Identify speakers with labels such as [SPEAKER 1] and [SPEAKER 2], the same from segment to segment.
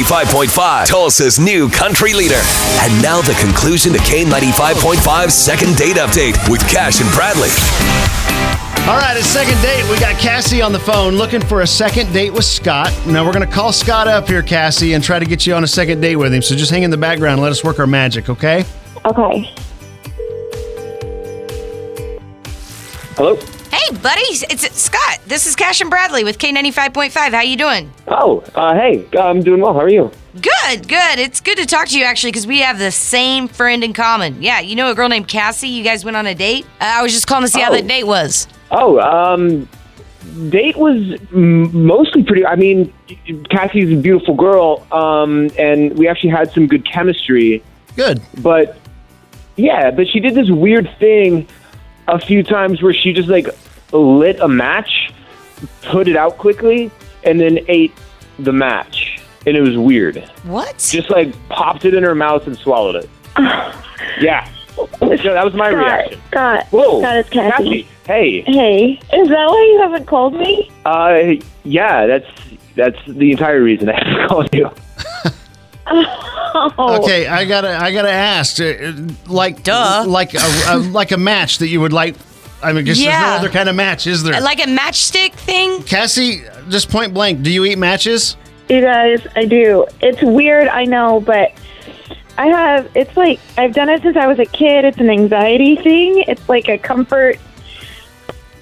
[SPEAKER 1] K95.5, Tulsa's new country leader. And now the conclusion to K95.5's second date update with Cash and Bradley.
[SPEAKER 2] All right, a second date. We got Cassie on the phone looking for a second date with Scott. Now we're going to call Scott up here, Cassie, and try to get you on a second date with him. So just hang in the background. and Let us work our magic, okay?
[SPEAKER 3] Okay.
[SPEAKER 4] Hello.
[SPEAKER 5] Hey, buddies, it's Scott. This is Cash and Bradley with K95.5. How you doing?
[SPEAKER 4] Oh, uh, hey. I'm doing well. How are you?
[SPEAKER 5] Good, good. It's good to talk to you, actually, because we have the same friend in common. Yeah, you know a girl named Cassie? You guys went on a date? Uh, I was just calling to see how
[SPEAKER 4] Oh.
[SPEAKER 5] that date was.
[SPEAKER 4] Oh, um, date was m- mostly pretty. I mean, Cassie's a beautiful girl, um, and we actually had some good chemistry.
[SPEAKER 2] Good.
[SPEAKER 4] But yeah, but she did this weird thing a few times where she just like lit a match, put it out quickly, and then ate the match, and it was weird.
[SPEAKER 5] What?
[SPEAKER 4] Just like popped it in her mouth and swallowed it. yeah. So that was my
[SPEAKER 3] Scott,
[SPEAKER 4] reaction.
[SPEAKER 3] Scott.
[SPEAKER 4] Whoa,
[SPEAKER 3] Scott, it's Cassie.
[SPEAKER 4] Hey,
[SPEAKER 3] Hey, is that why you haven't called me?
[SPEAKER 4] uh, yeah, that's that's the entire reason I have to call you.
[SPEAKER 3] Oh,
[SPEAKER 2] Okay, I gotta, I gotta ask, uh, uh, like,
[SPEAKER 5] Duh.
[SPEAKER 2] like a, a like a match that you would like. I mean, I guess there's
[SPEAKER 5] Yeah.
[SPEAKER 2] no other kind of match, is there?
[SPEAKER 5] Like a matchstick thing?
[SPEAKER 2] Cassie, just point blank, do you eat matches?
[SPEAKER 3] You guys, I do. It's weird, I know, but I have, it's like, I've done it since I was a kid. It's an anxiety thing, it's like a comfort.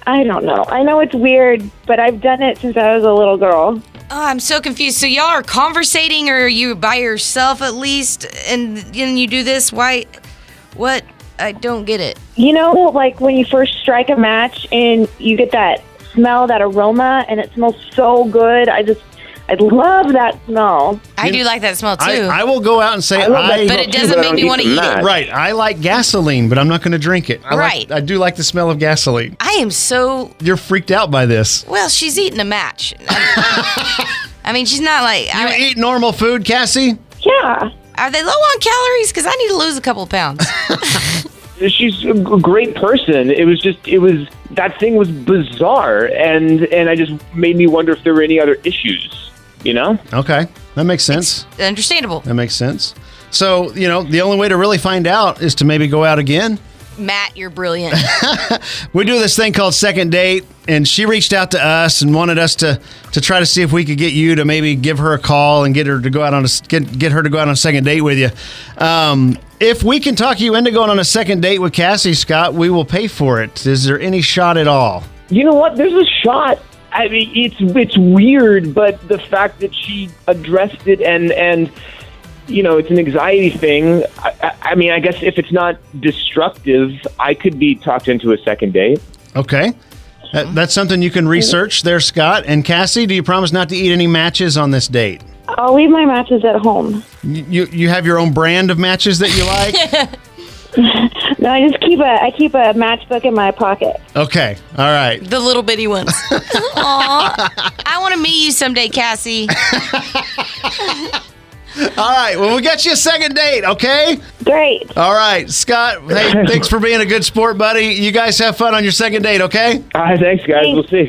[SPEAKER 3] I don't know. I know it's weird, but I've done it since I was a little girl.
[SPEAKER 5] Oh, I'm so confused. So y'all are conversating, or are you by yourself at least, and then you do this? Why? What? I don't get it.
[SPEAKER 3] You know, like when you first strike a match and you get that smell, that aroma, and it smells so good. I just, I love that smell.
[SPEAKER 5] I
[SPEAKER 2] You-
[SPEAKER 5] do like that smell too.
[SPEAKER 2] I, I will go out and say I,
[SPEAKER 4] love that
[SPEAKER 5] but
[SPEAKER 4] Well,
[SPEAKER 5] it doesn't
[SPEAKER 4] I
[SPEAKER 5] make
[SPEAKER 4] don't
[SPEAKER 5] me
[SPEAKER 4] eat
[SPEAKER 5] want to
[SPEAKER 4] the
[SPEAKER 5] eat it.
[SPEAKER 4] match.
[SPEAKER 2] right. I like gasoline, but I'm not going to drink it. I
[SPEAKER 5] Right.
[SPEAKER 2] Like, I do like the smell of gasoline.
[SPEAKER 5] I am so
[SPEAKER 2] You're freaked out by this.
[SPEAKER 5] well. She's eating a match. I mean, she's not like.
[SPEAKER 2] You
[SPEAKER 5] I-
[SPEAKER 2] eat normal food, Cassie?
[SPEAKER 3] Yeah.
[SPEAKER 5] are they low on calories? Because I need to lose a couple pounds.
[SPEAKER 4] She's a g- great person. It was just it was that thing was bizarre, and and I just made me wonder if there were any other issues. You know?
[SPEAKER 2] Okay, that makes sense.
[SPEAKER 5] Understandable.
[SPEAKER 2] That makes sense. So you know, the only way to really find out is to maybe go out again.
[SPEAKER 5] Matt, you're brilliant.
[SPEAKER 2] We do this thing called second date, and she reached out to us and wanted us to to try to see if we could get you to maybe give her a call and get her to go out on a s- get get her to go out on a second date with you. Um, if we can talk you into going on a second date with Cassie Scott, we will pay for it. Is there any shot at all?
[SPEAKER 4] You know what? There's a shot. I mean, it's it's weird, but the fact that she addressed it and and you know it's an anxiety thing. I, I, I mean, I guess if it's not destructive, I could be talked into a second date.
[SPEAKER 2] Okay. That, that's something you can research there, Scott. And Cassie, do you promise not to eat any matches on this date?
[SPEAKER 3] I'll leave my matches at home.
[SPEAKER 2] You, you, you have your own brand of matches that you like?
[SPEAKER 3] No, I just keep a I keep a matchbook in my pocket.
[SPEAKER 2] okay. All right.
[SPEAKER 5] the little bitty ones. Aw, I want to meet you someday, Cassie.
[SPEAKER 2] All right. Well, we got you a second date, okay?
[SPEAKER 3] Great.
[SPEAKER 2] All right. Scott, hey, thanks for being a good sport, buddy. You guys have fun on your second date, okay?
[SPEAKER 4] All right, thanks, guys. We'll see.